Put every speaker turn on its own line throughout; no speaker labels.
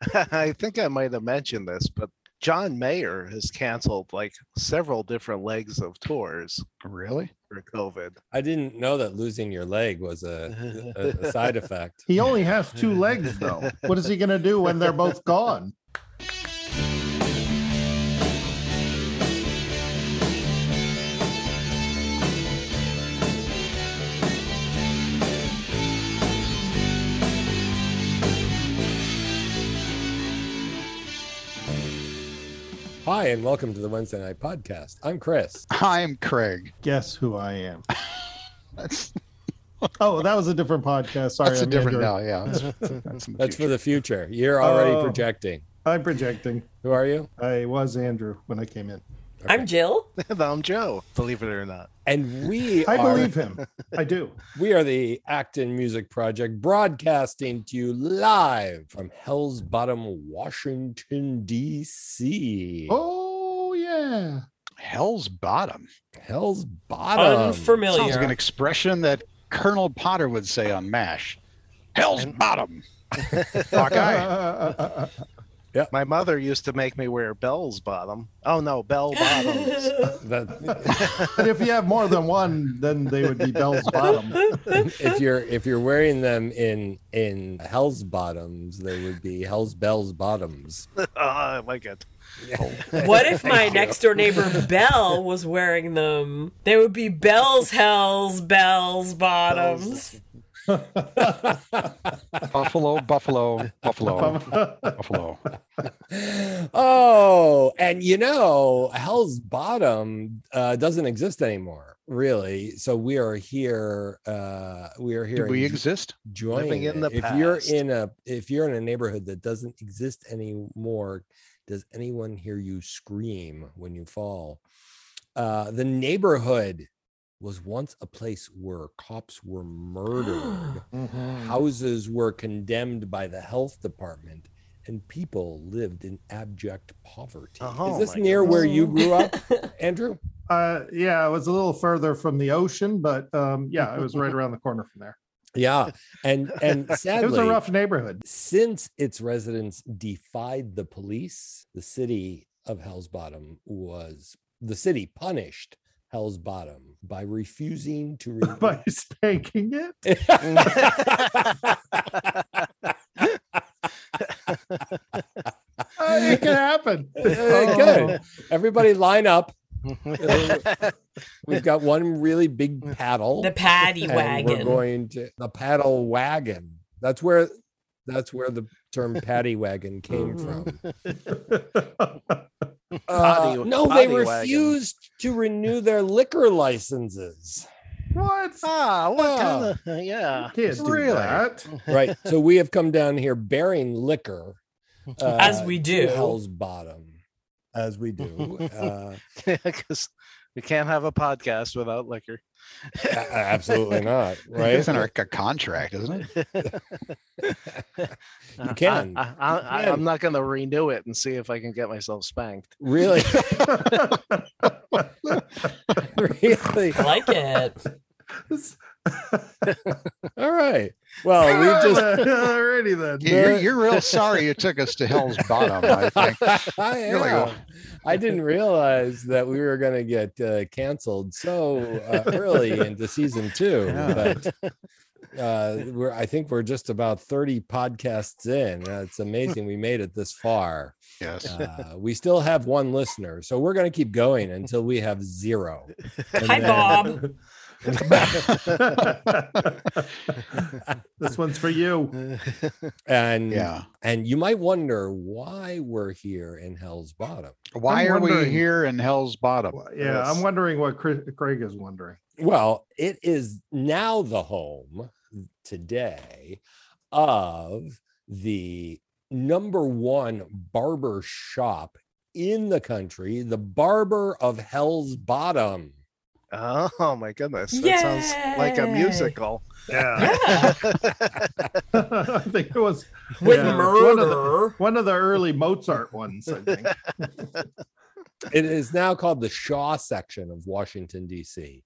I think I might have mentioned this, but John Mayer has canceled like several different legs of tours
Really?
for COVID.
I didn't know that losing your leg was a, a, a side effect.
He only has two legs though. What is he gonna do when they're both gone?
Hi, and welcome to the Wednesday Night Podcast. I'm Chris.
I'm Craig.
Guess who I am?
That's,
Oh, that was a different podcast. Sorry,
that's a
I'm
different
Andrew.
now. Yeah. That's, that's in the
That's for
future.
the future. You're already
Oh.
projecting.
I'm projecting.
Who are you?
I was Andrew when I came in.
I'm Jill.
And I'm Joe, believe it or not.
And we
I
are,
believe him. I do.
we are the Acton Music Project broadcasting to you live from Hell's Bottom, Washington, D.C.
Oh yeah.
Hell's Bottom.
Hell's Bottom.
Sounds
Unfamiliar.
like an expression that Colonel Potter would say on MASH. Hell's Bottom. Hawkeye.
My mother used to make me wear Bell's bottom. Oh no, Bell bottoms.
That-
and if you have more than one, then they would be Bell's bottom.
if you're if you're wearing them in in Hell's Bottoms, they would be Hell's Bells Bottoms.
oh, I like it.
what if my next door neighbor Belle was wearing them? They would be Belle's Hells, Belle's Bottoms.
Buffalo, Buffalo, Buffalo, Buffalo.
oh, and you know, Hell's Bottom uh, doesn't exist anymore, really. So we are here. Uh, we are here.
Did we
and
exist?
joining
living in
it.
the
if you're
past.
in a if you're in a neighborhood that doesn't exist anymore, does anyone hear you scream when you fall? Uh, the neighborhood was once a place where cops were murdered. Mm-hmm. Houses were condemned by the health department and people lived in abject poverty.
Oh
Uh-huh.
Is this
my
near where you
goodness.
grew up, Andrew?
Uh, yeah, it was a little further from the ocean, but um, yeah, it was right around the corner from there.
Yeah. And and sadly
It was a rough neighborhood.
since its residents defied the police, the city of Hell's Bottom was the city punished Hell's Bottom by refusing to remove
By spanking it, Uh, it can happen.
Oh.
Hey, Good. Everybody line up. We've got one really big paddle.
The paddy
and We're
wagon.
going to the paddle wagon. That's where that's where the term paddy wagon came from. Uh,
Potty-
no, they
potty wagon.
refused to renew their liquor licenses.
what?
ah, what
Yeah.
kind of yeah.
Kids do
Really?
that.
Right. So we have come down here bearing liquor uh,
As we
to
do.
Hell's Bottom, as we do. Uh,
Because we can't have a podcast without liquor.
a- absolutely not.
Right.
Right.
It's in our c- contract, isn't it?
Uh, I-
can.
I, I, I,
can.
I'm not going to renew it and see if I can get myself spanked.
Really, really.
I like it.
All right. Well, Oh, we just.
already then.
Yeah, You're, you're real sorry you took us to Hell's Bottom, I think.
I
You're like, "Oh,
am. I didn't realize that we were going to get uh, canceled so uh, early into season two.
Yeah.
But uh, we're, I think we're just about 30 podcasts in. Uh, It's amazing we made it this far.
Yes.
Uh, we still have one listener, so we're going to keep going until we have zero. And
Hi,
then-
Bob.
this one's for you.
And
Yeah.
and you might wonder why we're here in Hell's Bottom.
Why are we
wondering-
here in Hell's Bottom?
Yeah, I'm wondering what Chris- Craig is wondering.
Well, it is now the home today of the number one barber shop in the country, the Barber of Hell's Bottom.
Oh my goodness. That sounds like a
Yay.
musical.
Yeah,
Yeah.
I think it was
With
yeah, One of, the,
murder.
one of the early Mozart ones. I think.
It is now called the Shaw section of Washington, D.C.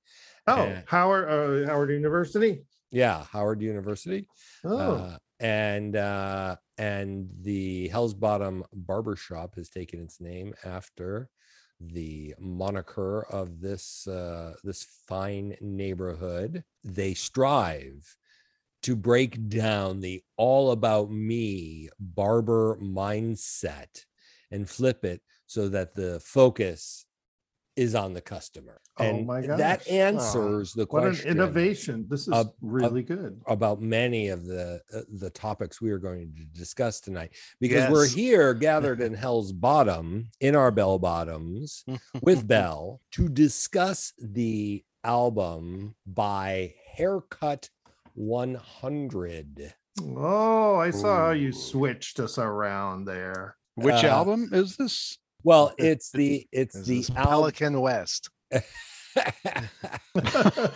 Oh,
Yeah.
Howard uh, Howard University.
Uh, Yeah, Howard University.
Oh,
Uh, and uh, and the Hell's Bottom Barber Shop has taken its name after the moniker of this uh, this fine neighborhood. They strive to break down the all about me barber mindset and flip it so that the focus is on the customer.
Oh
and
my
that
gosh.
answers the
What an
question Uh,
innovation. This is
Up- up-
really good.
about many of the uh, the topics we are going to discuss tonight because we're
Yes.
here gathered in hell's bottom in our bell bottoms with bell to discuss the album by haircut 100
Oh, I saw how
Ooh.
you switched us around there.
Which
Uh,
album is this?
well it's the it's
This
the
is
album
Pelican West.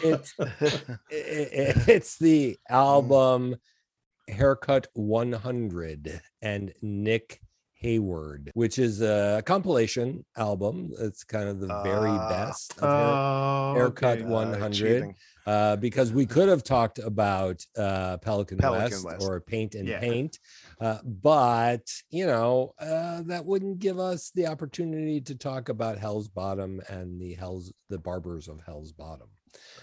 it's i- i- it's the
Mm.
album Haircut 100 and Nick Hayward, which is a compilation album. It's kind of the very
Ah.
best of hair-
Oh,
Haircut
okay.
Uh,
100,
cheating.
uh, because we could have talked about uh, Pelican,
Pelican
West,
West.
or Paint and
Yeah.
Paint, uh, but you know uh, that wouldn't give us the opportunity to talk about Hell's Bottom and the Hell's the Barbers of Hell's Bottom.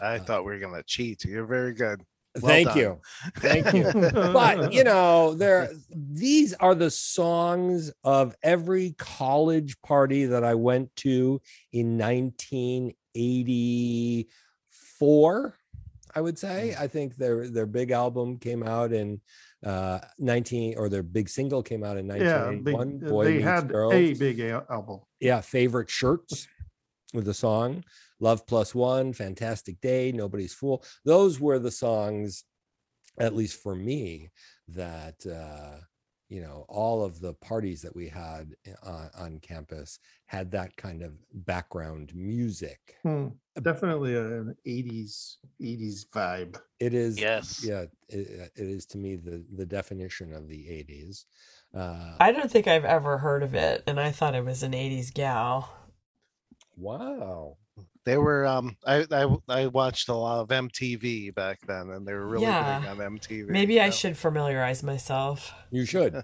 I
uh,
thought we were gonna cheat. You're very good. Well
Thank
done.
you, thank you. but you know there these are the songs of every college party that i went to in 1984 i would say
Mm.
i think their their big album came out in uh 19 or their big single came out in
yeah, they,
1981 boy
they
meets
had
girl
a big al- album.
yeah, favorite shirts with the song Love Plus One, Fantastic Day, Nobody's Fool. Those were the songs, at least for me, that, uh, you know, all of the parties that we had uh, on campus had that kind of background music.
Hmm,
Uh,
Definitely an 80s 80s vibe.
It is,
Yes.
yeah, it, it is to me the, the definition of the 80s. Uh,
I don't think I've ever heard of it, and I thought it was an 80s gal.
wow.
They were um I, I I watched a lot of MTV back then and they were really
Yeah.
big on MTV.
Maybe I
Yeah.
should familiarize myself.
You should.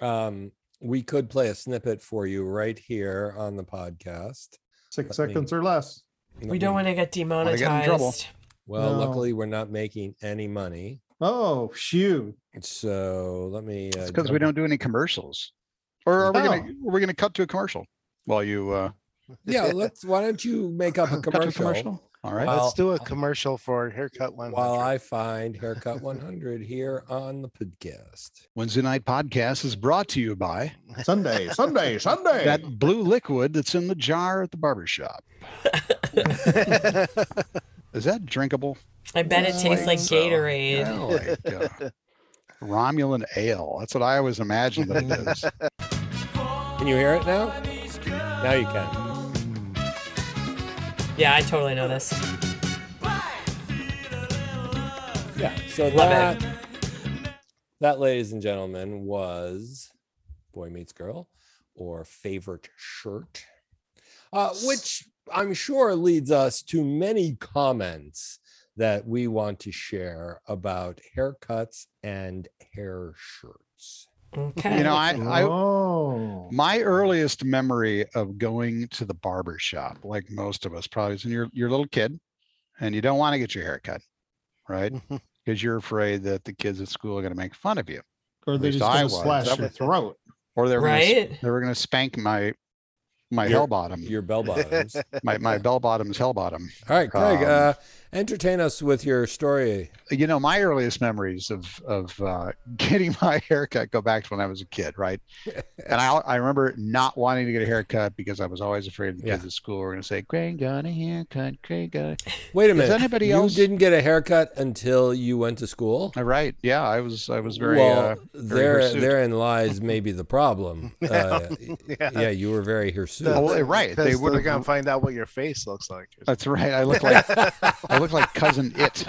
um, we could play a snippet for you right here on the podcast.
Six
Let me-
seconds or less.
We
Mm-hmm.
don't want to get
get in trouble.
demonetized.
Well,
No.
luckily we're not making any money,
Oh, shoo.
so let me. uh,
It's because we don't do any commercials. Or are we gonna we're gonna cut to a commercial while you uh
Yeah, let's. Why don't you make up a
cut to a
commercial,
commercial? All right.
Wow. Well,
Let's do a
uh,
commercial for haircut one.
while I find haircut 100 here on the podcast?
Wednesday night podcast is brought to you by
Sunday, Sunday, Sunday.
that blue liquid that's in the jar at the barber shop. Is that drinkable?
I bet it
Well,
tastes like
so,
Gatorade.
Oh, like, uh, Romulan ale. That's what I always imagined that it is.
Can you hear it now? Now you can.
Yeah, I totally know this.
Yeah. So
Love
that that, ladies and gentlemen, was Boy Meets Girl or Favorite Shirt, uh, which I'm sure leads us to many comments that we want to share about haircuts and hair shirts.
Okay.
You know, I, I
oh.
My earliest memory of going to the barber shop, like most of us, probably is when you're you're a little kid, and you don't want to get your hair cut, right? Because you're afraid that the kids at school are going to make fun of you,
or
at
they
least
just
I
gonna
was.
slash
That
your
was-
throat.
or they were gonna,
right?
s- they were going to spank my my
Your-
hell bottom,
Your bell bottoms. All
my my bell bottoms hell bottom.
right, Craig,
Um,
uh, entertain us with your story.
you know my earliest memories of of uh, getting my haircut go back to when I was a kid, right? and I I remember not wanting to get a haircut because I was always afraid the kids at school were going to say, "Craig got a haircut, Craig got." A...
Wait a
Does
minute.
anybody
you
else-
didn't get a haircut until you went to school?
All right, yeah, I was I was very uh, very
there,
hirsute.
therein lies maybe the problem. Uh, yeah. you were very hirsute.
No. Well, eh, right, they
They
would've-
would have gonna find out what your face looks like.
That's right. I look like I look like cousin it.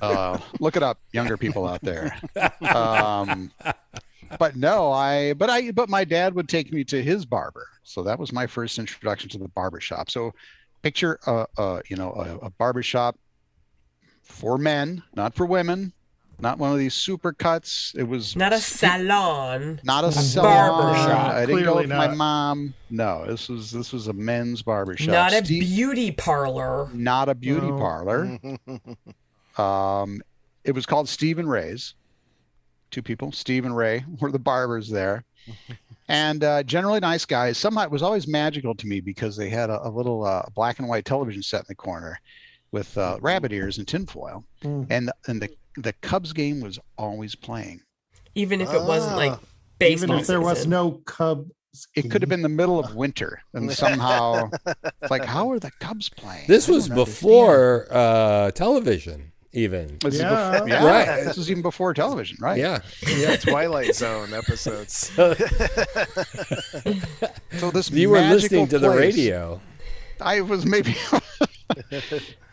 Uh, look it up, younger people out there. Um, but no, I but I but my dad would take me to his barber, so that was my first introduction to the barber shop. So picture a, a you know a, a barber shop for men, not for women. not one of these super cuts. It was
Not a
s-
salon.
not a
Barber
salon.
shop.
I didn't go
Clearly
with my
not.
mom. No, this was this was a men's barber shop.
Not a
Steve-
beauty parlor.
not a beauty
Oh.
No.
parlor. Um, it was called Steve and Ray's. Two people, Steve and Ray, were the barbers there, and uh, generally nice guys. Somehow it was always magical to me because they had a, a little uh, black and white television set in the corner with uh, rabbit ears and tinfoil,
Mm.
and and the the Cubs game was always playing.
Even if it wasn't like
Ah,
baseball
Even if there was
season.
no Cubs.
It
Mm-hmm.
could have been the middle of winter, and somehow it's like, how are the Cubs playing?
This
I
was
don't understand.
before uh, television, even.
This is
Yeah.
before- yeah,
Right.
This was even before television, right?
Yeah. Yeah.
Twilight Zone episodes.
so
So this
you were listening to
magical
the
place-
radio.
I was maybe.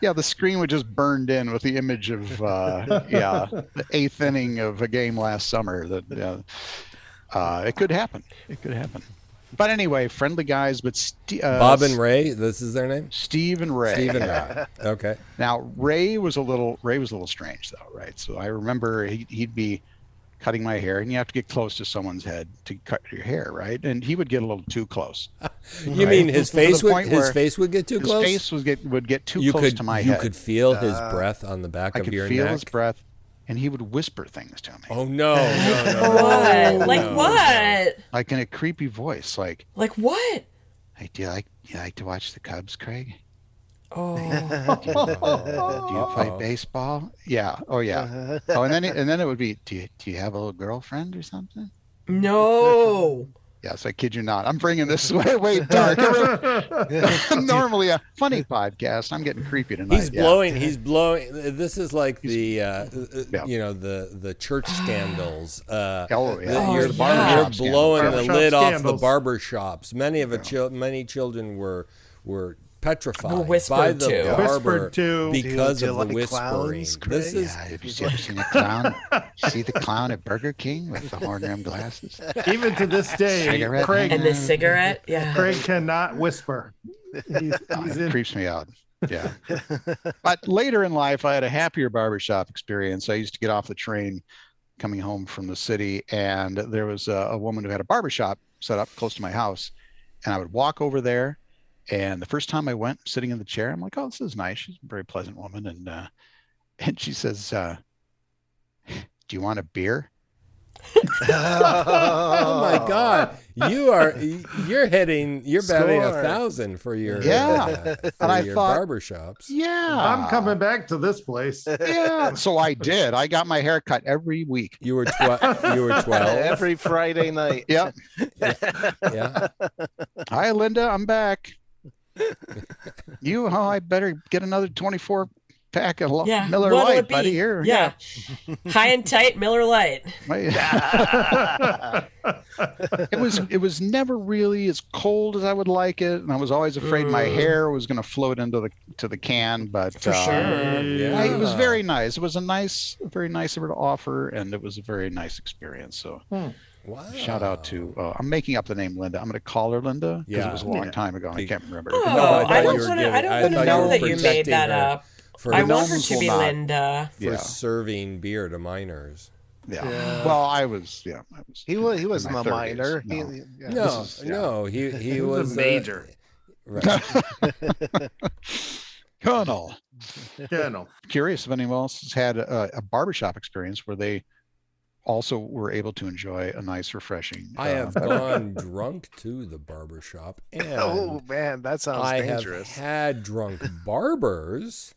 yeah, the screen was just burned in with the image of uh, yeah the eighth inning of a game last summer. That uh, uh, it could happen. It could happen. But anyway, friendly guys. But St- uh,
Bob and Ray, this is their name?
Steve and Ray.
Steve and Ray. Okay.
Now Ray was a little Ray was a little strange though, right? So I remember he, he'd be cutting my hair, and you have to get close to someone's head to cut your hair, right? And he would get a little too close.
You
Right.
mean his
To the
face would
point
his
where
face would get too
His
close?
face was get would get too
you
close
could
to my
you
head. Uh,
could feel his
Ah.
breath on the back
I
of
could
your
feel
neck.
his breath, and he would whisper things to me,
Oh no, no, no, no, no,
What? Like
no.
what?
like in a creepy voice, like,
Like what?
"Hey, do you like do you like to watch the Cubs, Craig?
Oh.
Do you play
Uh-oh.
baseball? Yeah, oh
Uh-huh.
yeah. Oh, and then it- and then it would be, do you do you have a little girlfriend or something?
No.
Yes, I kid you not. I'm bringing this way way dark. I'm normally a funny podcast. I'm getting creepy tonight.
He's
yeah.
blowing. He's blowing. This is like the uh, uh,
Yeah.
you know the the church scandals. Uh,
Oh, yeah.
the- you're,
Oh, yeah.
you're
Barbershop scandal.
blowing the
Barbershop
lid off the
scandals.
barber shops. Many of a chil- many children were were petrified
Were whispered
by the
to.
barber
Whispered to.
because
Do you-
of
do you
the
like clowns,
whispering.
Craig?
this is
Yeah, have you ever seen the clown? See the clown at Burger King with the horn rimmed glasses?
Even to this day,
Cigarette
Craig,
And the cigarette? Yeah.
Craig cannot whisper. He's,
Oh,
he's
it
in
creeps me out. Yeah. but later in life, I had a happier barbershop experience. I used to get off the train coming home from the city, and there was a, a woman who had a barbershop set up close to my house. And I would walk over there. And the first time I went sitting in the chair, I'm like, oh, this is nice. She's a very pleasant woman. And, uh, and she says, uh, do you want a beer?
Oh my God! You are you're hitting you're batting a
Score.
thousand for your
Yeah.
uh, for
And I
your
thought-
barber shops.
Yeah.
I'm coming back to this place.
Yeah. So I did. I got my hair cut every week.
You were tw- you were twelve.
Every Friday night.
Yep.
yeah.
Hi, Linda. I'm back. you, oh, I better get another 24 pack of Lo-
Yeah.
Miller
What'll it
Lite,
be?
buddy. Here,
Yeah. High and tight Miller Light.
My- it was it was never really as cold as I would like it, and I was always afraid my
Mm.
hair was going to float into the to the can. But uh,
For sure.
Yeah.
I- it was very nice. It was a nice, very nice of her to offer, and it was a very nice experience. So
Wow.
shout out to uh, I'm making up the name Linda. I'm going to call her Linda because
Oh. Yeah.
it was a long
Yeah.
time ago. and I can't remember.
Oh,
No, I thought
I,
you were
don't want to. I
giving- I
don't want
thought you
to
were
know that you made
protecting
that
her.
up.
For,
I
The
want her
gnomes
to
will
be
not.
Linda.
for
Yeah.
serving beer to minors.
Yeah.
Yeah.
Well, I was. Yeah, I was.
He was he wasn't
my
a
30s,
minor. He-
no.
he- yeah.
No,
is- yeah.
no, he he
He was a
was uh,
major.
right.
Colonel.
Yeah, no.
Curious if anyone else has had a, a barbershop experience where they also were able to enjoy a nice, refreshing.
I
uh,
have gone drunk to the barber shop, and
Oh man, that sounds
I
dangerous.
have had drunk barbers,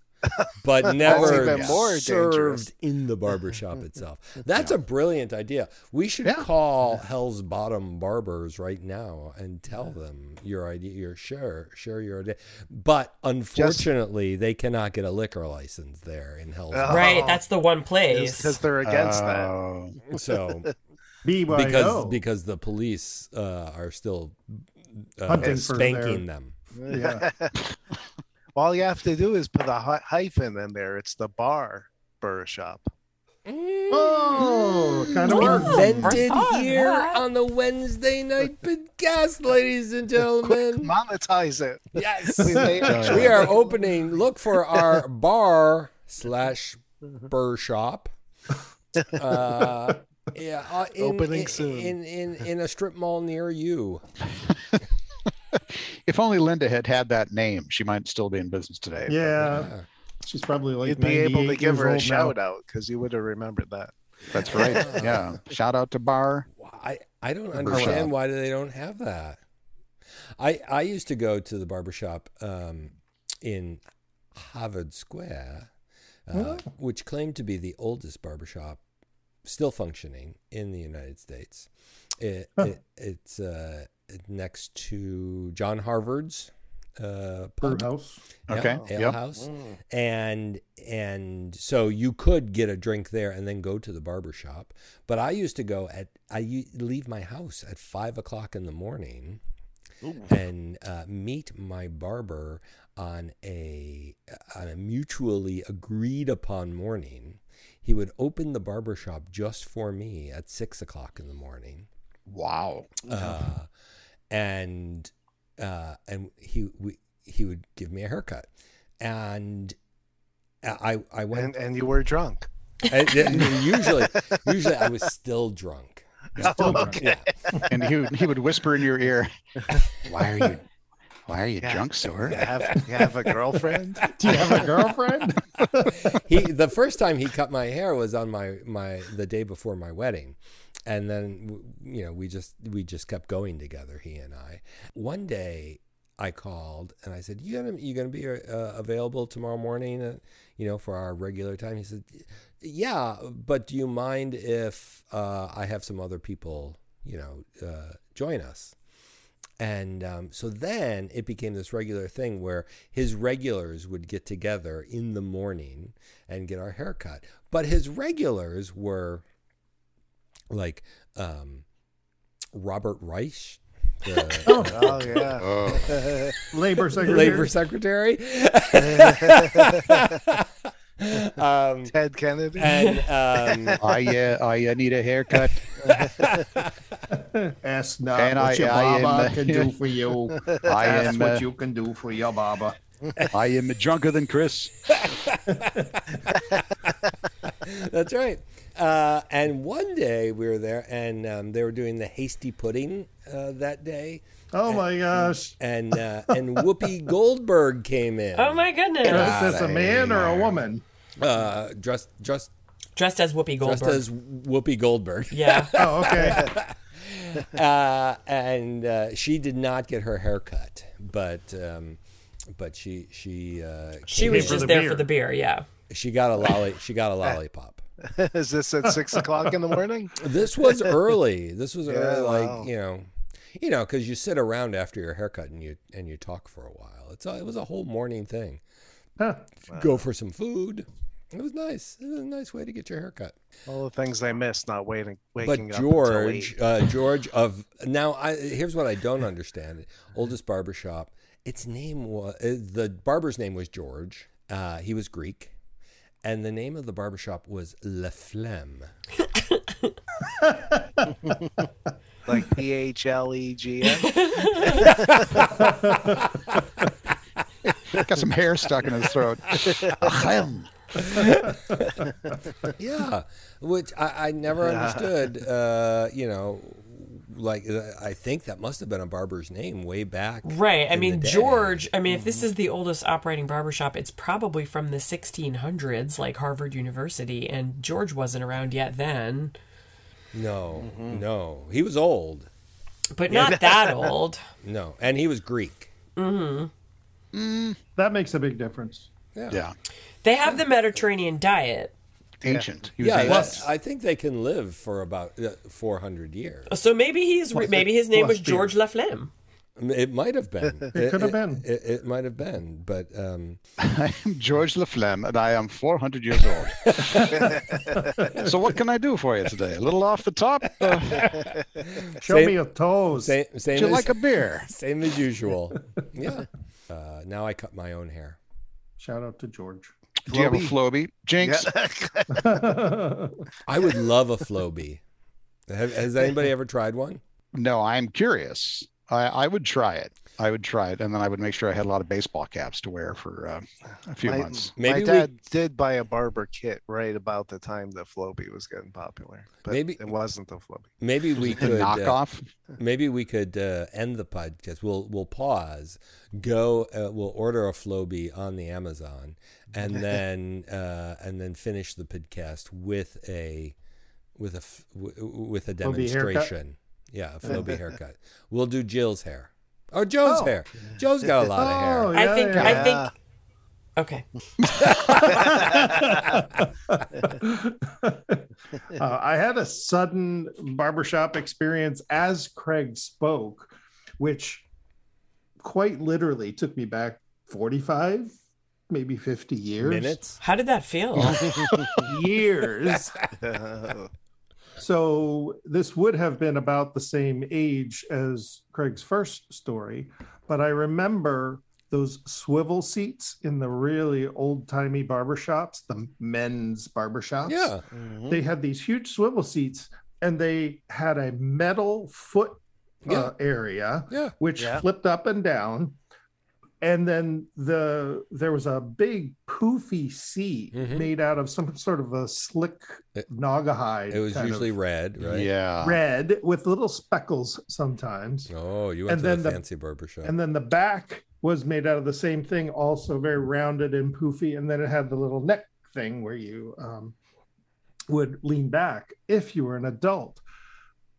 but
even
never
more
served
dangerous.
in the barber shop itself. That's a brilliant idea. We should
Yeah.
call Hell's Bottom Barbers right now and tell them your idea, your share, share your idea. But unfortunately, they cannot get a liquor license there in Hell's.
Oh.
Bottom.
Right, that's the one place.
because they're against that.
oh,
So
BYO.
because because the police uh, are still uh,
Hunting for
spanking them.
Yeah.
All you have to do is put a hy- hyphen in there. It's the bar burr shop.
Oh, kind of works.
Invented
I saw
here
that.
on the Wednesday night podcast, ladies and gentlemen.
Monetize it.
Yes,
We made
Yeah.
we are opening. Look for our bar slash burr shop Uh, yeah, uh, in,
Opening
in,
soon.
in in in a strip mall near you.
If only Linda had had that name, she might still be in business today. but-
Yeah, she's probably like
You'd be able to
98
give her a
years old now.
shout out because you would have remembered that.
That's right. Yeah. Shout out to Bar.
Why- I I don't
Barber
understand
shop.
why they don't have that. I I used to go to the barbershop um, in Harvard Square, uh,
Oh.
which claimed to be the oldest barbershop still functioning in the United States. It,
Huh.
it it's uh, next to John Harvard's uh,
Brew
pub,
house.
ale-
Okay,
ale
yep.
house, and and so you could get a drink there and then go to the barber shop but i used to go at i u- leave my house at five o'clock in the morning and uh, meet my barber on a on a mutually agreed upon morning he would open the barber shop just for me at six o'clock in the morning
Wow.
uh, and uh, and he we, he would give me a haircut, and I I
And
went
and you were drunk.
and- and usually usually I was still drunk.
Oh,
drunk.
okay.
Yeah,
And he would, he would whisper in your ear, Why are you why are you
Yeah.
drunk, sir?
You have, you have a girlfriend?
Do you have a girlfriend?
he the first time he cut my hair was on my my the day before my wedding and then w- you know we just we just kept going together he and i one day i called and i said you gonna you gonna be uh, available tomorrow morning uh, you know for our regular time he said yeah but do you mind if uh, i have some other people you know uh, join us and um, so then it became this regular thing where his regulars would get together in the morning and get our haircut. But his regulars were like um, Robert Reich, the
Oh, yeah.
Oh.
Labor secretary.
labor secretary. um,
Ted Kennedy?
and um,
I uh, I uh, need a haircut.
Ask not
And
what
I-
your
I am,
baba
uh,
can do for you.
I
Ask
am
what
uh,
you can do for your baba.
I am drunker than Chris.
That's right. Uh, and one day we were there, and um, they were doing the hasty pudding uh, that day,
Oh my gosh.
and uh, and Whoopi Goldberg came in.
Oh my goodness.
Dressed as a man or a woman?
Uh, dressed dressed
Dressed as Whoopi Goldberg.
dressed as Whoopi Goldberg,
yeah.
Oh, okay.
uh, and uh, she did not get her hair cut, but um, but she she uh,
She
came
was
in.
for
just
the
there
beer.
for the beer, yeah.
she got a lolly she got a lollipop.
Is this at six o'clock in the morning?
This was early. This was early,
wow.
like you know, you know, because you sit around after your haircut and you and you talk for a while. It's a, it was a whole morning thing.
Huh.
Go for some food. It was nice. It was a nice way to get your haircut.
All the things I missed, not waiting, waking
But
up. until
George,
eight.
uh, George of now, I here's what I don't understand: oldest barbershop. Its name was the barber's name was George. Uh, he was Greek, and the name of the barbershop was Le Flemme.
like P H L E G M.
Got some hair stuck in his throat. Ahem.
Yeah, which I, I never understood. Uh, you know, like uh, I think that must have been a barber's name way back.
Right. I
in the
mean,
day.
George, I mean, if this is the oldest operating barbershop, it's probably from the 1600s, like Harvard University, and George wasn't around yet then,
No, no, he was old.
but not that old.
No, and he was Greek.
That makes a big difference.
Yeah.
They have the Mediterranean diet.
Ancient. He was
Yeah,
ancient.
that's, I think they can live for about uh, 400 years.
So maybe he's re- maybe his name was
Plus beer.
George Laflamme.
I mean, It might have been. it
could have been.
It, it, might have been, but um,
I am George Laflamme, and I am 400 years old. so what can I do for you today? A little off the top? Uh,
Show
Same-
me your toes.
same, same,
would you
as,
like a beer?
same as usual. Yeah. Uh, now I cut my own hair.
Shout out to George.
Do you have a Floby? Jinx?
Yeah.
I would love a Flowbee. Have, has anybody ever tried one?
No, I'm curious. I, I would try it. I would try it, and then I would make sure I had a lot of baseball caps to wear for uh, a few
My-
months.
My
Maybe we-
dad did buy a barber kit right about the time that Floby was getting popular, but
Maybe-
it wasn't the Floby.
Maybe we
The
could uh,
knockoff.
Maybe we could uh, end the podcast. We'll we'll pause. Go. Uh, we'll order a Floby on the Amazon, and then uh, and then finish the podcast with a with a f- w- with a
Floby haircut?
demonstration. Yeah, a Floby haircut. We'll do Jill's hair or Joe's
Oh.
hair. Joe's got a lot of hair.
Oh,
I
yeah,
think.
yeah.
I think. Okay.
Uh, I had a sudden barbershop experience as Craig spoke, which quite literally took me back 45, maybe 50 years.
Minutes.
How did that feel?
Years. so this would have been about the same age as Craig's first story, but I remember those swivel seats in the really old timey barbershops, the men's barbershops
Yeah. Mm-hmm.
Mhm.
they had these huge swivel seats and they had a metal foot
Yeah.
uh, area
Yeah.
which
Yeah.
flipped up and down and then the there was a big poofy seat
Mhm.
made out of some sort of a slick
It-
naga hide
It was
kind of
usually red, right?
Yeah.
red with little speckles sometimes
Oh, you went
And
to
then
the
the-
fancy barber shop.
and then the back was made out of the same thing, also very rounded and poofy. And then it had the little neck thing where you um, would lean back if you were an adult.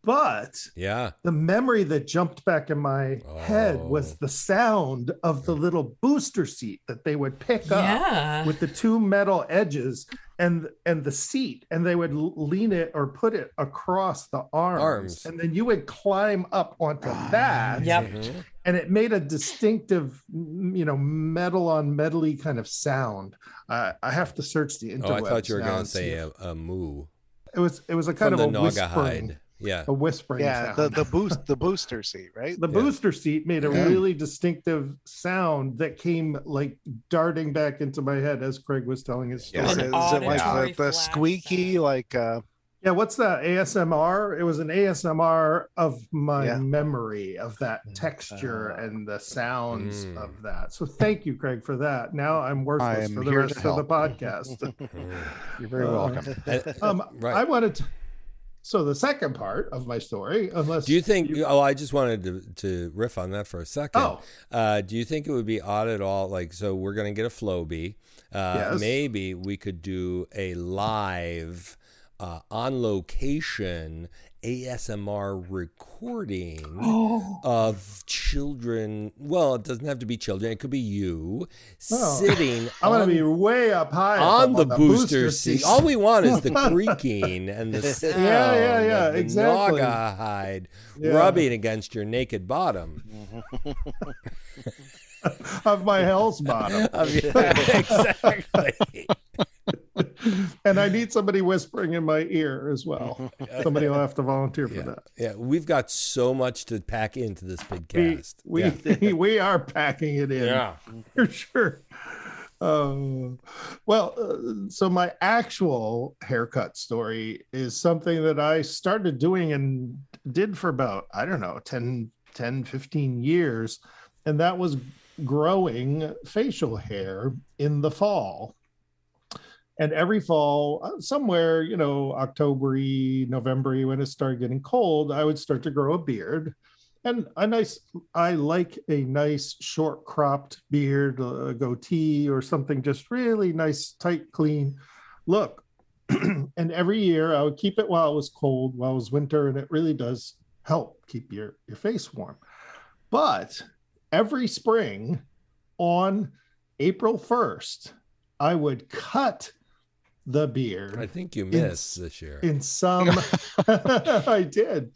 But
yeah.
the memory that jumped back in my head was
Oh.
the sound of the little booster seat that they would pick up
yeah.
with the two metal edges and and the seat and they would l- lean it or put it across the arms,
Arms. Ah,
and then you would climb up onto that
Yep.
Mhm.
and it made a distinctive m- you know metal on metally kind of sound uh, i have to search the internet
Oh, I thought you were going to say a, a moo
it was it was a kind
from
of
the
a
Naga
whispering
hide. Yeah.
a whispering
yeah, the,
sound.
the boost, the booster seat, right?
The
Yeah.
booster seat made a
Yeah.
really distinctive sound that came like darting back into my head as Craig was telling his story.
Is
An
it, is it
auditory
like the, the
flash
squeaky,
sound.
like uh,
Yeah, what's that ASMR? It was an ASMR of my
Yeah.
memory of that texture
Uh,
and the sounds
Mm.
of that. So thank you, Craig, for that. Now I'm worthless
I'm
for the
here to
rest of the
help.
podcast.
You're very
Uh,
welcome.
I-
um,
Oh, Right.
I wanted to. So the second part of my story, unless
do you think? oh, I just wanted to, to riff on that for a second.
oh
Uh, do you think it would be odd at all? Like, so we're going to get a Floby. Uh,
Yes.
Maybe we could do a live, uh, on location ASMR recording.
Oh.
Of children, well, it doesn't have to be children. It could be you
Oh.
sitting.
I'm
on-
gonna be way up high if
on
I'm
the booster seat. All we want is the creaking and the sound.
yeah, yeah,
of the
exactly.
Naga hide
Yeah.
rubbing against your naked bottom.
of my hell's bottom,
I mean, exactly.
and I need somebody whispering in my ear as well. Somebody will have to volunteer for
Yeah,
that.
yeah, we've got so much to pack into this
We
podcast.
we,
yeah.
we are packing it in.
yeah.
for sure. Um, well, uh, so my actual haircut story is something that I started doing and did for about, I don't know, 10, 10, 15 years. And that was growing facial hair in the fall. And every fall, uh, somewhere, you know, October, November, when it started getting cold, I would start to grow a beard. And a nice I like a nice short cropped beard, a goatee, or something just really nice, tight, clean look. and every year I would keep it while it was cold, while it was winter, and it really does help keep your, your face warm. But every spring on April 1st, I would cut the beard
I think you
In-
missed this year.
in some i did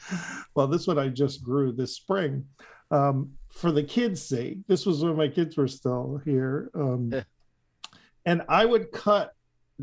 well this one i just grew this spring um, for the kids sake this was when my kids were still here um, and i would cut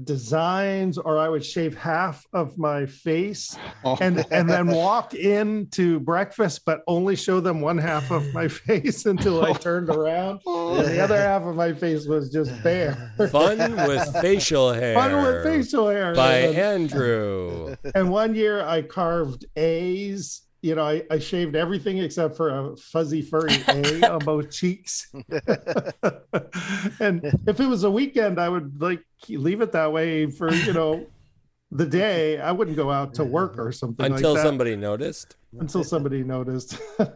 designs or i would shave half of my face
Oh,
and and then walk in to breakfast but only show them one half of my face until i turned around and the other half of my face was just bare
Fun with facial hair.
Fun with facial hair
by
And-
Andrew.
and one year I carved A's, you know, I, I shaved everything except for a fuzzy furry A on both cheeks. and if it was a weekend, I would like leave it that way for, you know, the day. I wouldn't go out to work or something like
until
that
somebody noticed.
until somebody noticed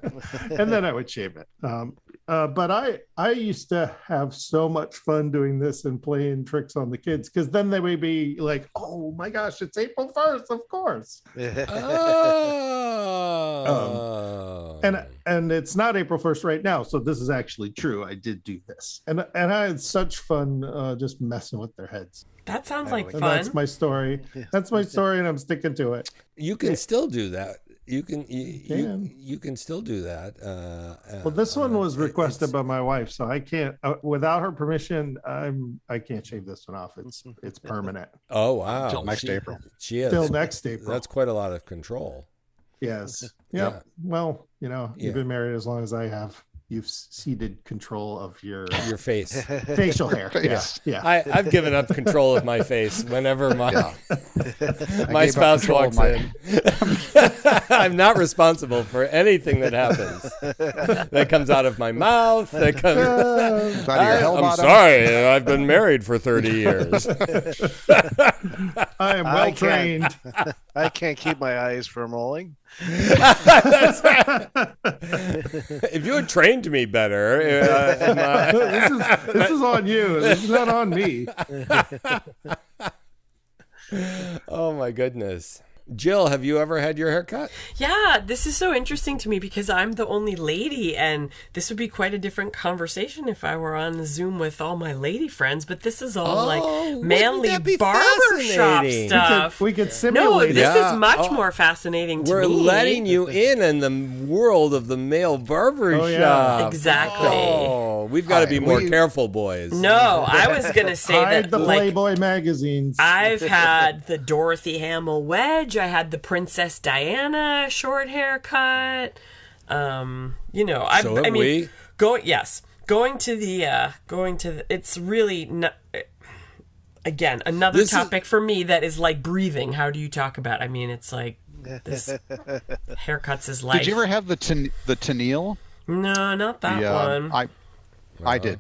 and then i would shave it um, uh, but i i used to have so much fun doing this and playing tricks on the kids because then they would be like oh my gosh it's april 1st of course
Oh.
Um, and and it's not april 1st right now so this is actually true i did do this and and i had such fun uh, just messing with their heads
That sounds
I
like
like
and
fun.
that's my story that's my story and i'm sticking to it
you can still do that. You can you, you,
Damn.
you can still do that. Uh,
well this one
uh,
was
it-
requested
it's-
by my wife so i can't uh, without her permission i'm i can't shave this one off it's it's permanent
Oh wow!
Till next
She-
April.
She is.
till next april
That's quite a lot of control.
yes
Yeah.
yeah. well you know
Yeah.
you've been married as long as i have you've ceded control of your
Your face.
facial hair yeah
Face.
yeah
I, I've given up control of my face whenever my
Yeah. I
my
gave
spouse
up control
walks
of my-
in. I'm not responsible for anything that happens. that comes out of my mouth. That comes.
Uh,
Out of your
I,
hell
am
bottom.
sorry. I've been married for 30 years.
i am
I
well
can't-
trained
I can't keep my eyes from rolling.
That's right. if you had trained me better, uh, my-
this, is, this is on you this is not on me
oh my goodness. Jill, have you ever had your hair cut?
Yeah, this is so interesting to me because I'm the only lady, and this would be quite a different conversation if I were on Zoom with all my lady friends. But this is all
Oh,
like
wouldn't
manly
that be
barbershop
fascinating?
We could-
stuff.
we could
no,
simulate
this
it.
Yeah.
is much
Oh.
more fascinating to
We're
me.
letting you in in the world of the male barber
Oh, yeah.
shop.
Exactly.
Oh, we've got to
Hi,
be more
we-
careful, boys.
No, I was gonna say
hide
that
the
like
playboy magazines
I've had the Dorothy Hamill wedge. I had the Princess Diana short haircut. Um, you know, I,
So
I
have
mean,
we.
going yes, going to the uh, going to the, it's really no, again another
This is-
topic for me that is like breathing. How do you talk about? I mean, it's like this haircuts is life.
Did you ever have the ten, the tenille?
No, not that
Yeah,
one.
I I did. I did.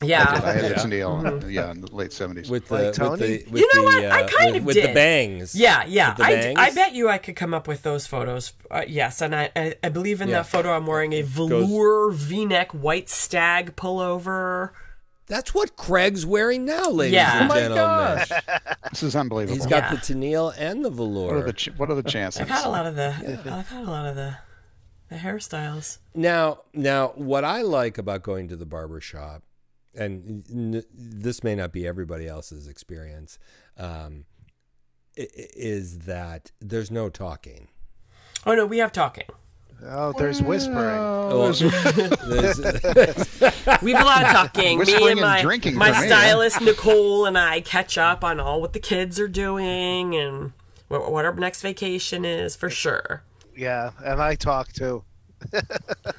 I
yeah.
had the
Yeah.
tenille.
Mm-hmm.
Yeah, in the late seventies.
With the,
Like
with
Tony?
the with
You know
the,
what? I
uh,
kind
with,
of
with the
did.
bangs.
Yeah, yeah.
With the
I, I
bangs?
bet you I could come up with those photos. Uh, yes, and I, I, I believe in
Yeah.
that photo I'm wearing a velour V-neck white stag pullover.
That's what Craig's wearing now, ladies
Yeah.
and
Oh my
gentlemen.
This is unbelievable.
He's got
Yeah.
the tenille and the
what are the
velour.
ch- what are the chances?
I've had a lot of the I've had a lot of the the hairstyles.
Now, now, what I like about going to the barber shop, and n- this may not be everybody else's experience, um, i- i- is that there's no talking.
Oh no, we have talking.
Oh, there's whispering.
Uh,
Oh,
Well, there's-
We have a lot of talking. me
Whispering
and
and
my
drinking
my
for me,
stylist Nicole and I catch up on all what the kids are doing and what, what our next vacation is for sure.
Yeah, and I talk too.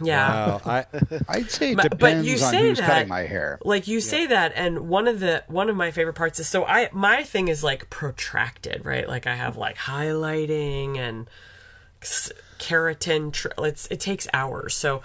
Yeah.
wow, I,
I'd say it
Ma-
depends
but you
on
say
who's
that-
cutting my hair.
like you say that and one of the one of my favorite parts is so i my thing is like protracted right like i have like highlighting and s- keratin tr- it's it takes hours so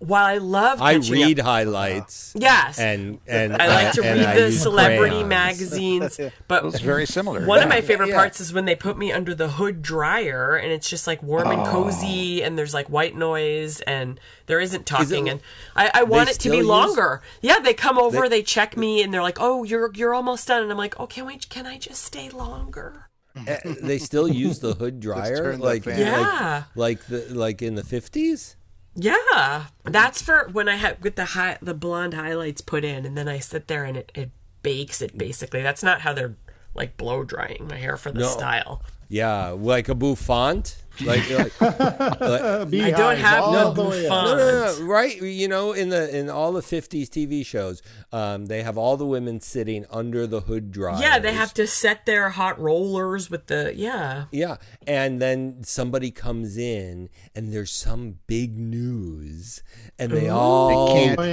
while i love
I
catching up-
read highlights.
Yes.
and and
i like to
and I
read the
use
celebrity
crayons. Eh,
magazines
It's
but
very similar.
one of
Yeah.
my favorite
Yeah.
parts is when they put me under the hood dryer and it's just like warm and cozy
Oh.
and there's like white noise and there isn't talking and I, I want it to
still
be
use-
longer. Yeah, they come over, they, check me and they're like, Oh, you're you're almost done and I'm like, Oh, can we can I just stay longer?
Eh, They still use the hood dryer,
turn the
like
fan.
Yeah.
like like the like in the fifties.
Yeah. That's for when I have get the high the blonde highlights put in and then I sit there and it, it bakes it basically. That's not how they're like blow drying my hair for the
No.
style.
Yeah, like a bouffant. Like, like, like-
I don't
Beehives
have
all
no
the way up.
bouffant.
Oh, no, no, no, right? You know, in the in all the fifties TV shows, um, they have all the women sitting under the hood dryer.
Yeah, they have to set their hot rollers with the yeah.
Yeah, and then somebody comes in, and there's some big news, and they all they,
can't-
all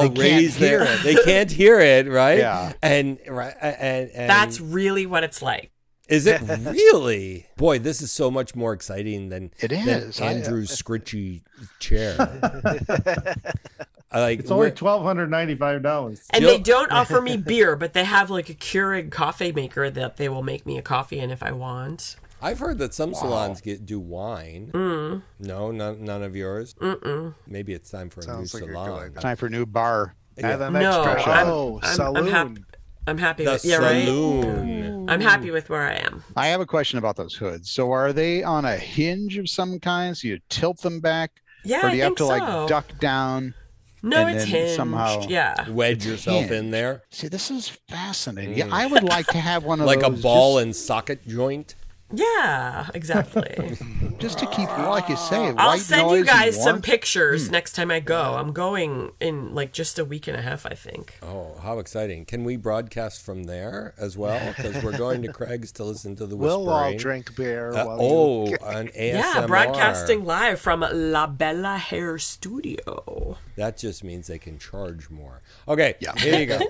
they can't
raise their
hear it.
they can't hear it, right?
Yeah.
and right and, and
That's really what it's like.
Is it really? Boy, this is so much more exciting than,
It
than
is. I- uh,
Andrew's scritchy chair. I like
It's only
wh-
twelve hundred ninety-five dollars.
And
Jill-
they don't offer me beer, but they have like a Keurig coffee maker that they will make me a coffee in if I want.
I've heard that some salons get do wine. No, none, none of yours.
Mm-mm.
Maybe it's time for a
Sounds
new
like a good
salon.
idea.
Time for a new bar.
Add an
No,
extra
I'm-
show.
I'm- I'm
Oh, Saloon.
hap- I'm happy
The
with yeah, right.
saloon.
I'm happy with where I am.
I have a question about those hoods. So are they on a hinge of some kind? So you tilt them back,
Yeah,
or
I
do you have
think
to
so.
like duck down?
no,
and
it's
then
hinged.
somehow-
Yeah,
Wedge yourself
hinged.
in there
See, this is fascinating. Yeah, I would like to have one of
Mm. like a
those
ball
just,
and socket joint.
yeah, exactly.
just to keep, like you say,
I'll
white
send
noise
you
and
guys some
warmth. Hmm.
pictures next time I go. I'm going in like just a week and a half, I think.
Oh, how exciting! Can we broadcast from there as well? Because we're going to Craig's to listen to the whispering.
We'll all drink beer.
Uh,
while you-
oh, on ASMR.
Yeah, broadcasting live from La Bella Hair Studio.
That just means they can charge more. Okay, yeah. here you go.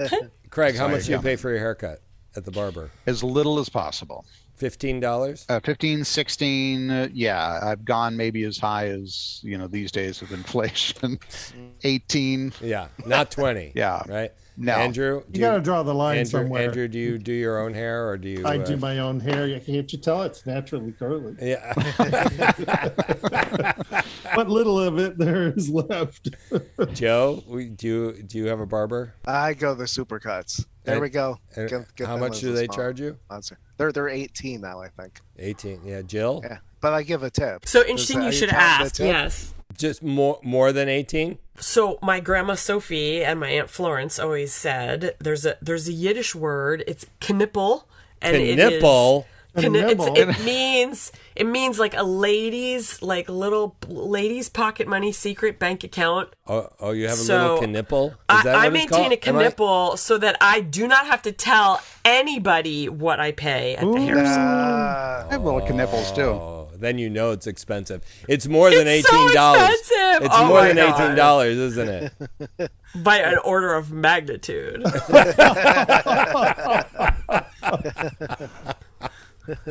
Craig, how much do you pay for your haircut at the barber?
as little as possible.
Fifteen dollars.
Uh, 15, 16, uh, yeah, I've gone maybe as high as, you know, these days with inflation. 18.
Yeah, not twenty.
Yeah.
right.
No.
Andrew, do
You got to draw the line
Andrew,
somewhere.
Andrew, do you do your own hair or do you?
I
uh,
do my own hair. Can't you tell it's naturally curly?
Yeah,
What little of it there is left.
Joe, we- do you do you have a barber?
I go the supercuts. There
And-
we go.
And
Get- get
how
them
much
as
do
a
they
spon-
charge you?
sponsor. They're they're 18 now, I think.
Eighteen. Yeah, Jill,
Yeah, but I give a tip.
So
Is
interesting.
that-
You
are
should
counting the
ask.
tip?
Yes.
just more more than eighteen.
So my grandma Sophie and my aunt Florence always said there's a there's a Yiddish word. It's knipple, and it is-
Knipple.
Kni- it's-
Knipple.
it means it means like a lady's like little lady's pocket money secret bank account.
Oh, oh, you have a
So,
little knipple. Is
I,
that
I
what it's
maintain a
called? Am I-
knipple so that I do not have to tell anybody what I pay at the hair
Mm.
salon.
Uh,
I have little knipples too.
Oh, then you know it's expensive. It's more than
It's so
eighteen dollars.
expensive.
it's
Oh
more
my
than
God.
eighteen dollars, isn't it?
by an order of magnitude.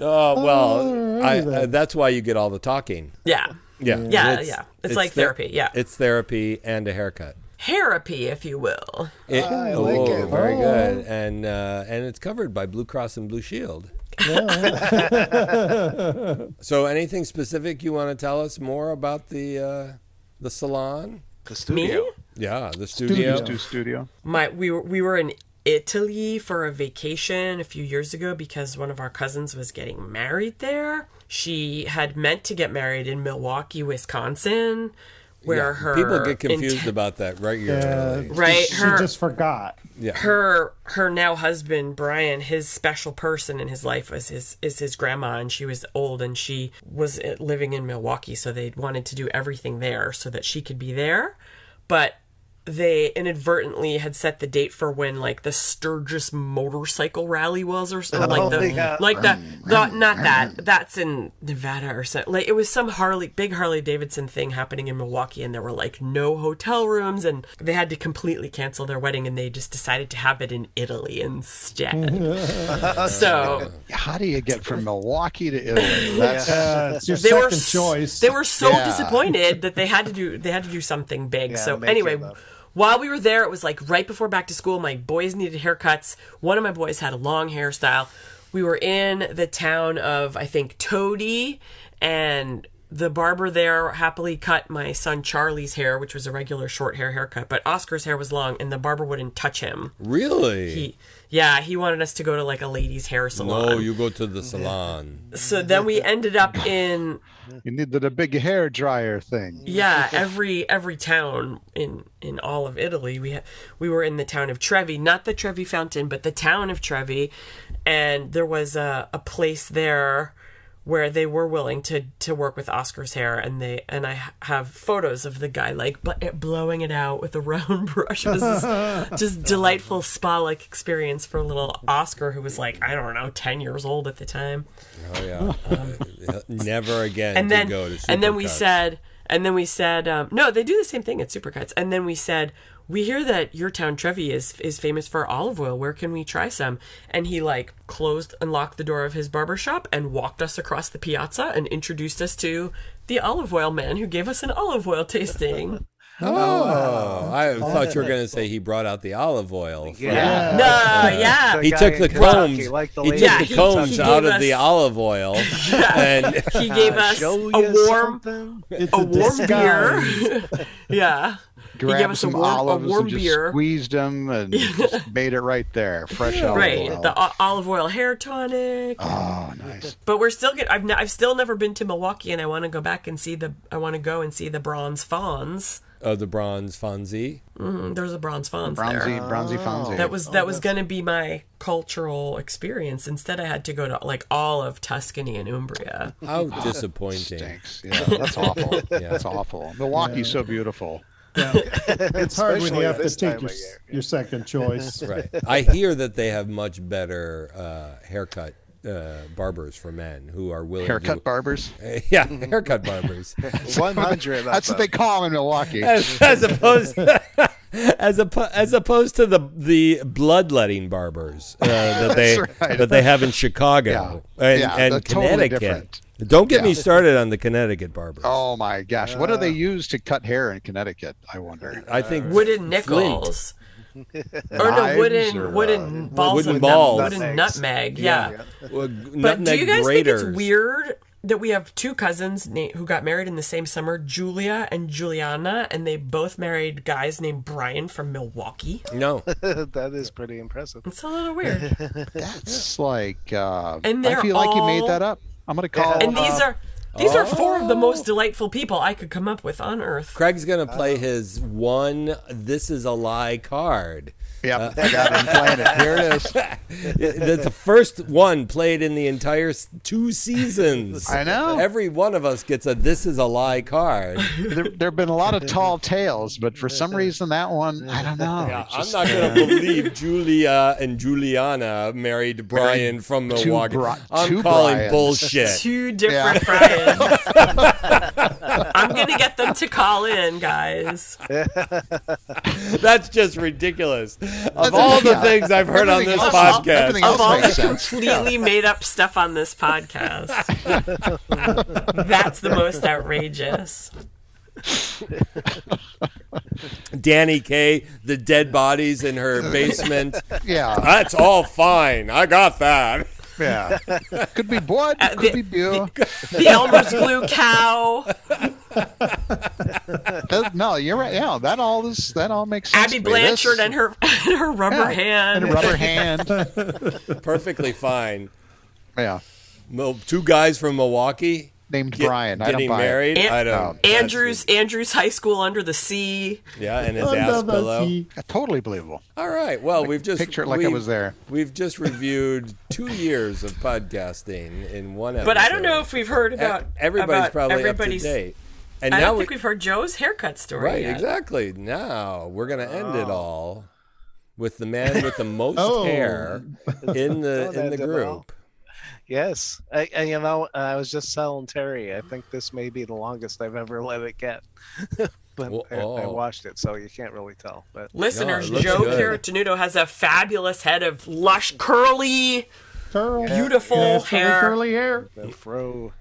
Oh well, I, uh, that's why you get all the talking.
yeah.
Yeah,
Yeah, yeah. It's like
ther-
therapy, yeah.
it's therapy and a haircut.
Therapy, if you will.
It-
I
oh,
like it.
very
Oh.
good, and uh, and it's covered by Blue Cross and Blue Shield. so, anything specific you want to tell us more about the uh, the salon?
the
Me?
studio.
Yeah, the studio.
Studio. Studio. studio.
My we were we were in Italy for a vacation a few years ago because one of our cousins was getting married there. She had meant to get married in Milwaukee, Wisconsin, where
Yeah,
her
people get confused
inten-
about that
Uh,
regularly.
Right,
She
her-
just forgot.
Yeah.
her her now husband Brian his special person in his life was his is his grandma and she was old and she was uh, living in Milwaukee so they wanted to do everything there so that she could be there but they inadvertently had set the date for when like the Sturgis motorcycle rally was or something like the
yeah.
like the, the not that that's in Nevada or something like it was some Harley big Harley Davidson thing happening in Milwaukee and there were like no hotel rooms and they had to completely cancel their wedding and they just decided to have it in Italy instead. so
How do you get from Milwaukee to Italy? That's
Uh, it's your
they
second
were s-
choice.
They were so
Yeah.
disappointed that they had to do they had to do something big.
Yeah,
so
make
anyway,
it up.
while we were there, it was like right before back to school. My boys needed haircuts. One of my boys had a long hairstyle. We were in the town of I think Toady, and the barber there happily cut my son Charlie's hair, which was a regular short hair haircut. But Oscar's hair was long, and the barber wouldn't touch him.
Really?
He, yeah, he wanted us to go to like a ladies' hair salon.
No, you go to the salon.
So then we ended up in
you need the, the big hair dryer thing.
yeah every every town in in all of italy we ha- we were in the town of trevi not the trevi fountain but the town of trevi and there was a, a place there where they were willing to to work with oscar's hair and they and i ha- have photos of the guy like bl- eh, blowing it out with a round brush it was this, just delightful spa like experience for little oscar who was like i don't know 10 years old at the time
Oh yeah. Uh, Never again.
and
do
then
go to
and then we
Supercuts.
said And then we said, um, no, they do the same thing at Supercuts. And then we said, we hear that your town Trevi is is famous for olive oil. Where can we try some? And he like closed and locked the door of his barber shop and walked us across the piazza and introduced us to the olive oil man who gave us an olive oil tasting.
Oh, I thought you were going to say he brought out the olive oil. for-
Yeah.
no,
uh,
yeah.
He
guy
took
in
the
Kentucky,
combs.
like the
he
lady
took
Yeah,
the
he-
combs
he
out
gave
of the
us-
olive oil. and
He gave us a
uh, Show ya
warm
something?
It's
a warm
disguise.
beer. yeah. gave
Grabbed
us a
some
warm- a
olives
warm
and just
beer.
squeezed them and just made it right there, fresh olive
Right.
oil.
The o- olive oil hair tonic.
oh, nice.
But we're still good. I've, n- I've still never been to Milwaukee, and I want to go back and see the. I want to go and see the bronze fawns.
of the bronze Fonzie.
Mm, there's a bronze fawns
Bronzy,
there.
bronzy, fonzie.
That was that was going to be my cultural experience. Instead, I had to go to like all of Tuscany and Umbria.
How disappointing.
stinks. Yeah, that's awful. That's awful. Milwaukee's so beautiful.
It's hard when you
Especially
have to
this
take
time
your,
of year.
your second choice.
Right. I hear that they have much better uh, haircut uh, barbers for men who are willing
Haircut
to.
barbers.
yeah, haircut barbers.
100.
That's what they call them in Milwaukee.
as, as opposed as, oppo- as opposed to the the bloodletting barbers uh, that they
right.
that they have in Chicago
Yeah.
and,
Yeah, they're
and
totally
Connecticut.
different.
Don't get me
Yeah.
started on the Connecticut barbers.
Oh my gosh, what do they use to cut hair in Connecticut? I wonder.
I think
Uh, Wooden
Flint-
nickels, or no
Knives
wooden
or, uh,
wooden balls,
wooden
of
balls.
Nut, wooden
Nutmegs.
nutmeg.
Yeah.
Yeah.
Well,
But
nutmeg
do you guys think
graters.
it's weird? That we have two cousins na- who got married in the same summer, Julia and Juliana, and they both married guys named Brian from Milwaukee.
No,
that is pretty impressive.
It's a little weird.
That's like uh,
And
I
they're
feel like you made
all-
that up. I'm gonna call.
And these
uh,
are these are four
Oh.
of the most delightful people I could come up with on earth.
Craig's gonna
Uh.
play his one. This is a lie card.
Yep, I got it. I'm playing it. Here it is.
That's the first one played in the entire s- two seasons.
I know.
Every one of us gets a "This is a lie" card.
There, there have been a lot of tall tales, but for some reason that one, I don't know.
Yeah,
It's
I'm
just-
not going to believe Julia and Juliana married Brian from
two
Milwaukee.
Bri-
I'm
two
calling
Brians.
bullshit.
Two different Brian's. I'm gonna get them to call in, guys.
That's just ridiculous. Of all the
yeah.
things I've heard on
Everything
this
else-
podcast,
everything
Of
else
all the
makes sense.
completely made up stuff on this podcast, that's the most outrageous.
Danny Kaye, the dead bodies in her basement.
Yeah,
That's all fine. I got that.
yeah. Could be blood.
Uh,
could be
the-
beer.
The Elmer's glue cow,
That- no, you're right. Yeah, that all is. That all makes sense.
Abby
to me. This-
Blanchard, and her and her rubber
yeah,
hand.
and rubber hand.
Perfectly fine.
Yeah,
Mil- Two guys from Milwaukee
named
get-
Brian. I don't
getting
buy it.
married.
An-
I don't. that's-
Andrews Andrews High School under the sea.
Yeah, and his
Under
ass
the
pillow.
sea.
Uh, Totally believable.
All right. Well, we've just
picture it like I
we've-
was there.
We've just reviewed two years of podcasting in one episode.
But I don't know if we've heard
E-
about
everybody's
about
probably
everybody's,
up to date. And
I
now
don't think
we,
we've heard Joe's haircut story.
right
yet.
exactly. Now we're gonna end it all with the man with the most
Oh.
hair in the
Don't
in the
end it all.
group.
Yes, I, I, you know, I was just telling Terry. I think this may be the longest I've ever let it get, but
Well,
I, I
oh.
watched it, so you can't really tell. But
Listeners,
No, it looks
Joe
good.
Caratenuto has a fabulous head of lush, curly,
Curl.
beautiful
Yeah, it's really
hair.
Curly hair.
the fro,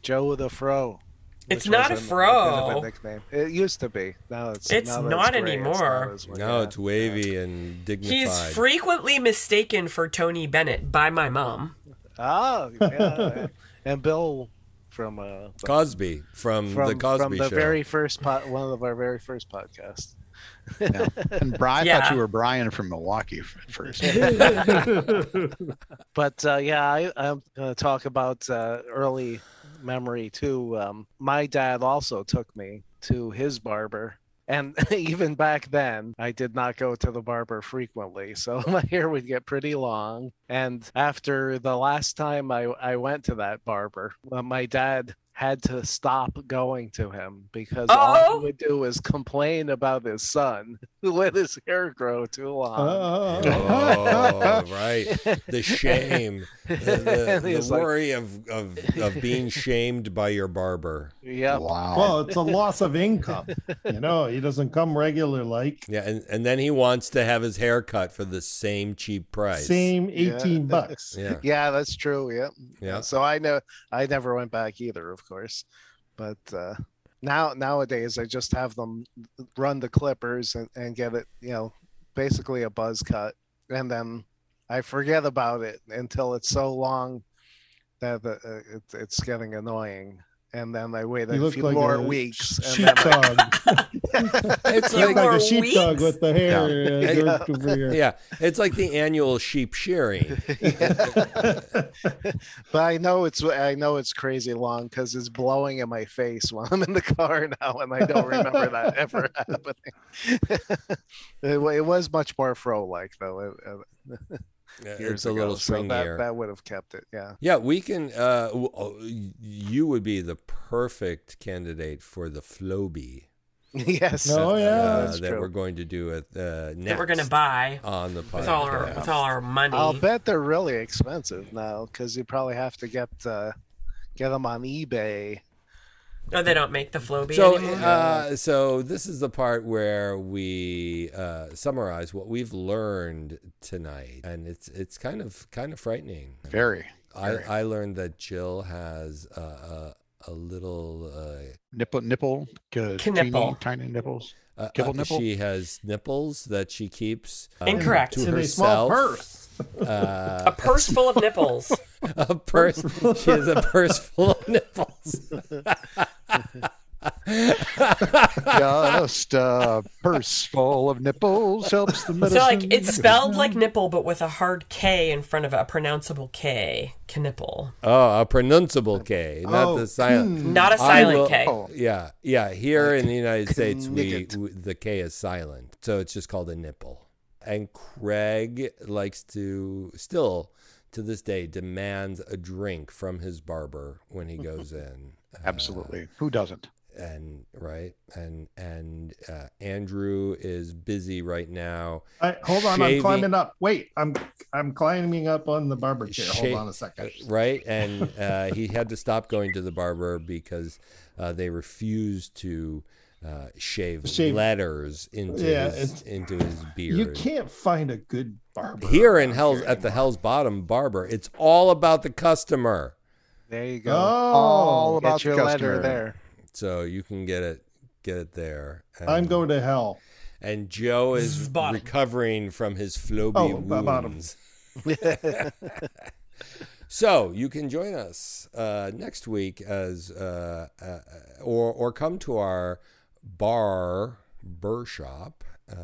Joe with a fro.
It's
which
not
was
a
an- a
uh,
bit of a
fro.
nickname. It used to be. Now it's
It's
now that
not
gray, it's not
anymore.
as-
Now
yeah.
it's wavy and dignified.
He's frequently mistaken for Tony Bennett by my mom.
Oh, yeah. and Bill from uh,
Cosby from,
from
the Cosby
from the
Show.
very first pot, one of our very first podcasts.
Yeah. And Brian, I thought
Yeah.
you were Brian from Milwaukee f- at first.
But uh, yeah, I, I'm going to talk about uh, early memory too. Um, my dad also took me to his barber. And even back then, I did not go to the barber frequently. So my hair would get pretty long. And after the last time I, I went to that barber, uh, my dad had to stop going to him because all
Oh.
he would do is complain about his son who let his hair grow too long.
Oh.
Oh, right. The shame, the, the,
And
the
he's like-
worry of, of of being shamed by your barber.
Yep.
Wow.
well, it's a loss of income. You know, he doesn't come regular like
Yeah, and, and then he wants to have his hair cut for the same cheap price.
same
Yeah.
18 bucks.
Yeah,
Yeah, that's true. Yep.
yeah.
So I know I never went back either, of course. But uh, now nowadays I just have them run the clippers and, and get it, you know, basically a buzz cut, and then I forget about it until it's so long that the, uh, it, it's getting annoying, and then I wait a
You look
few
like
more
a
weeks. And then I,
Sheepdog.
It's
You
like,
look like a
More
sheepdog
weeks?
with the hair uh,
Yeah.
drooped over here.
yeah, it's like the annual sheep shearing.
but I know it's I know it's crazy long because it's blowing in my face while I'm in the car now, and I don't remember that ever happening. it, wa- it was much more fro like though. It, uh, years
It's a
ago,
little
so that,
stringier.
that would have kept it. Yeah.
Yeah, we can. Uh, w- oh, y- you would be the perfect candidate for the Floby.
yes.
No, Oh, yeah,
uh,
that's
that
true.
we're going to do at uh, next. Oh,
that we're gonna buy
on the podcast.
with all our with all our money.
I'll bet they're really expensive now because you probably have to get uh, get them on eBay.
Oh, they don't make the Floby
so,
anymore.
uh, so this is the part where we uh, summarize what we've learned tonight, and it's it's kind of kind of frightening.
Very
I,
Very.
I learned that Jill has uh, a, a little uh,
nipple nipple uh, teeny,
Knipple.
tiny nipples.
Uh,
Kibble
uh,
nipple?
She has nipples that she keeps um,
Incorrect.
to
It's in a small
herself.
purse.
Uh,
a purse full of nipples.
a purse. she has a purse full of nipples.
Just a purse full of nipples helps the
so
medicine.
like it's spelled like nipple, but with a hard K in front of it, a pronounceable K. Knipple,
Oh, a pronounceable K, not
Oh,
the silent.
not a
I
silent
will- Oh.
K.
Oh,
Yeah, yeah. Here in the United States, we,
Knigget.
we the K is silent, so it's just called a nipple. And Craig likes to still to this day demands a drink from his barber when he goes in. Uh,
Absolutely. Who doesn't?
and right and and uh, Andrew is busy right now.
I, hold on,
Shaving-
I'm climbing up. Wait, I'm I'm climbing up on the barber chair.
Sha-
Hold on a second.
Right, and uh, he had to stop going to the barber because uh, they refused to uh, shave,
Shave.
letters into
Yeah,
his
it's-
into his beard.
You can't find a good barber
Here in
around
hell's
here
at the
anymore.
hell's bottom barber, it's all about the customer.
There you go.
Oh,
All
get
about
your
the
letter
customer.
there.
So you can get it get it there. And,
I'm going to hell.
and Joe is
Bottom.
recovering from his floby
Oh, b- bottom.
wounds. So you can join us uh, next week as uh, uh, or or come to our bar burr shop, uh,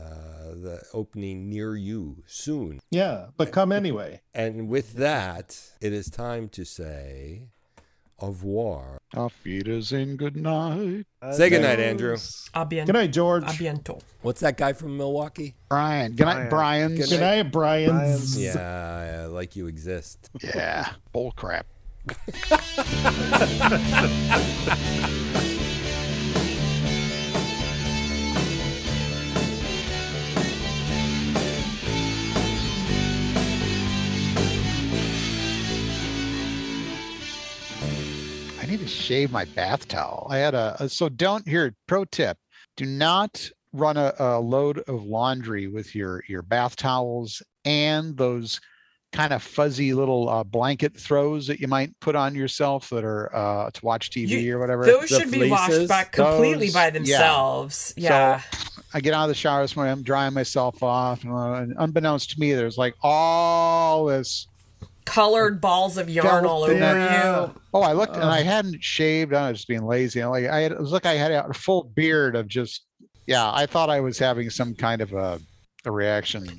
the opening near you soon.
Yeah, but come anyway.
And with that, it is time to say au revoir.
Auf Wiedersehen, good night.
Say goodnight, Andrew.
A bien-
Good night, George.
a biento.
What's that guy from Milwaukee?
Brian. Good night, Brian.
Good
Good night, Brian.
Brian's-
Yeah, I like you exist.
Yeah. Bull crap. I need to shave my bath towel. I had a, a- so don't here. Pro tip: Do not run a, a load of laundry with your your bath towels and those kind of fuzzy little uh, blanket throws that you might put on yourself that are uh, to watch TV
You-
or whatever.
Those
The
should be washed
fleeces,
back completely
those- yeah.
by themselves. Yeah.
I get out of the shower this morning. I'm drying myself off, and, uh, and unbeknownst to me, there's like all this
Colored balls of yarn all over
Yeah.
you.
Oh, I looked and I hadn't shaved. I was just being lazy. I like I had, it was like I had a full beard of just yeah. I thought I was having some kind of a, a reaction.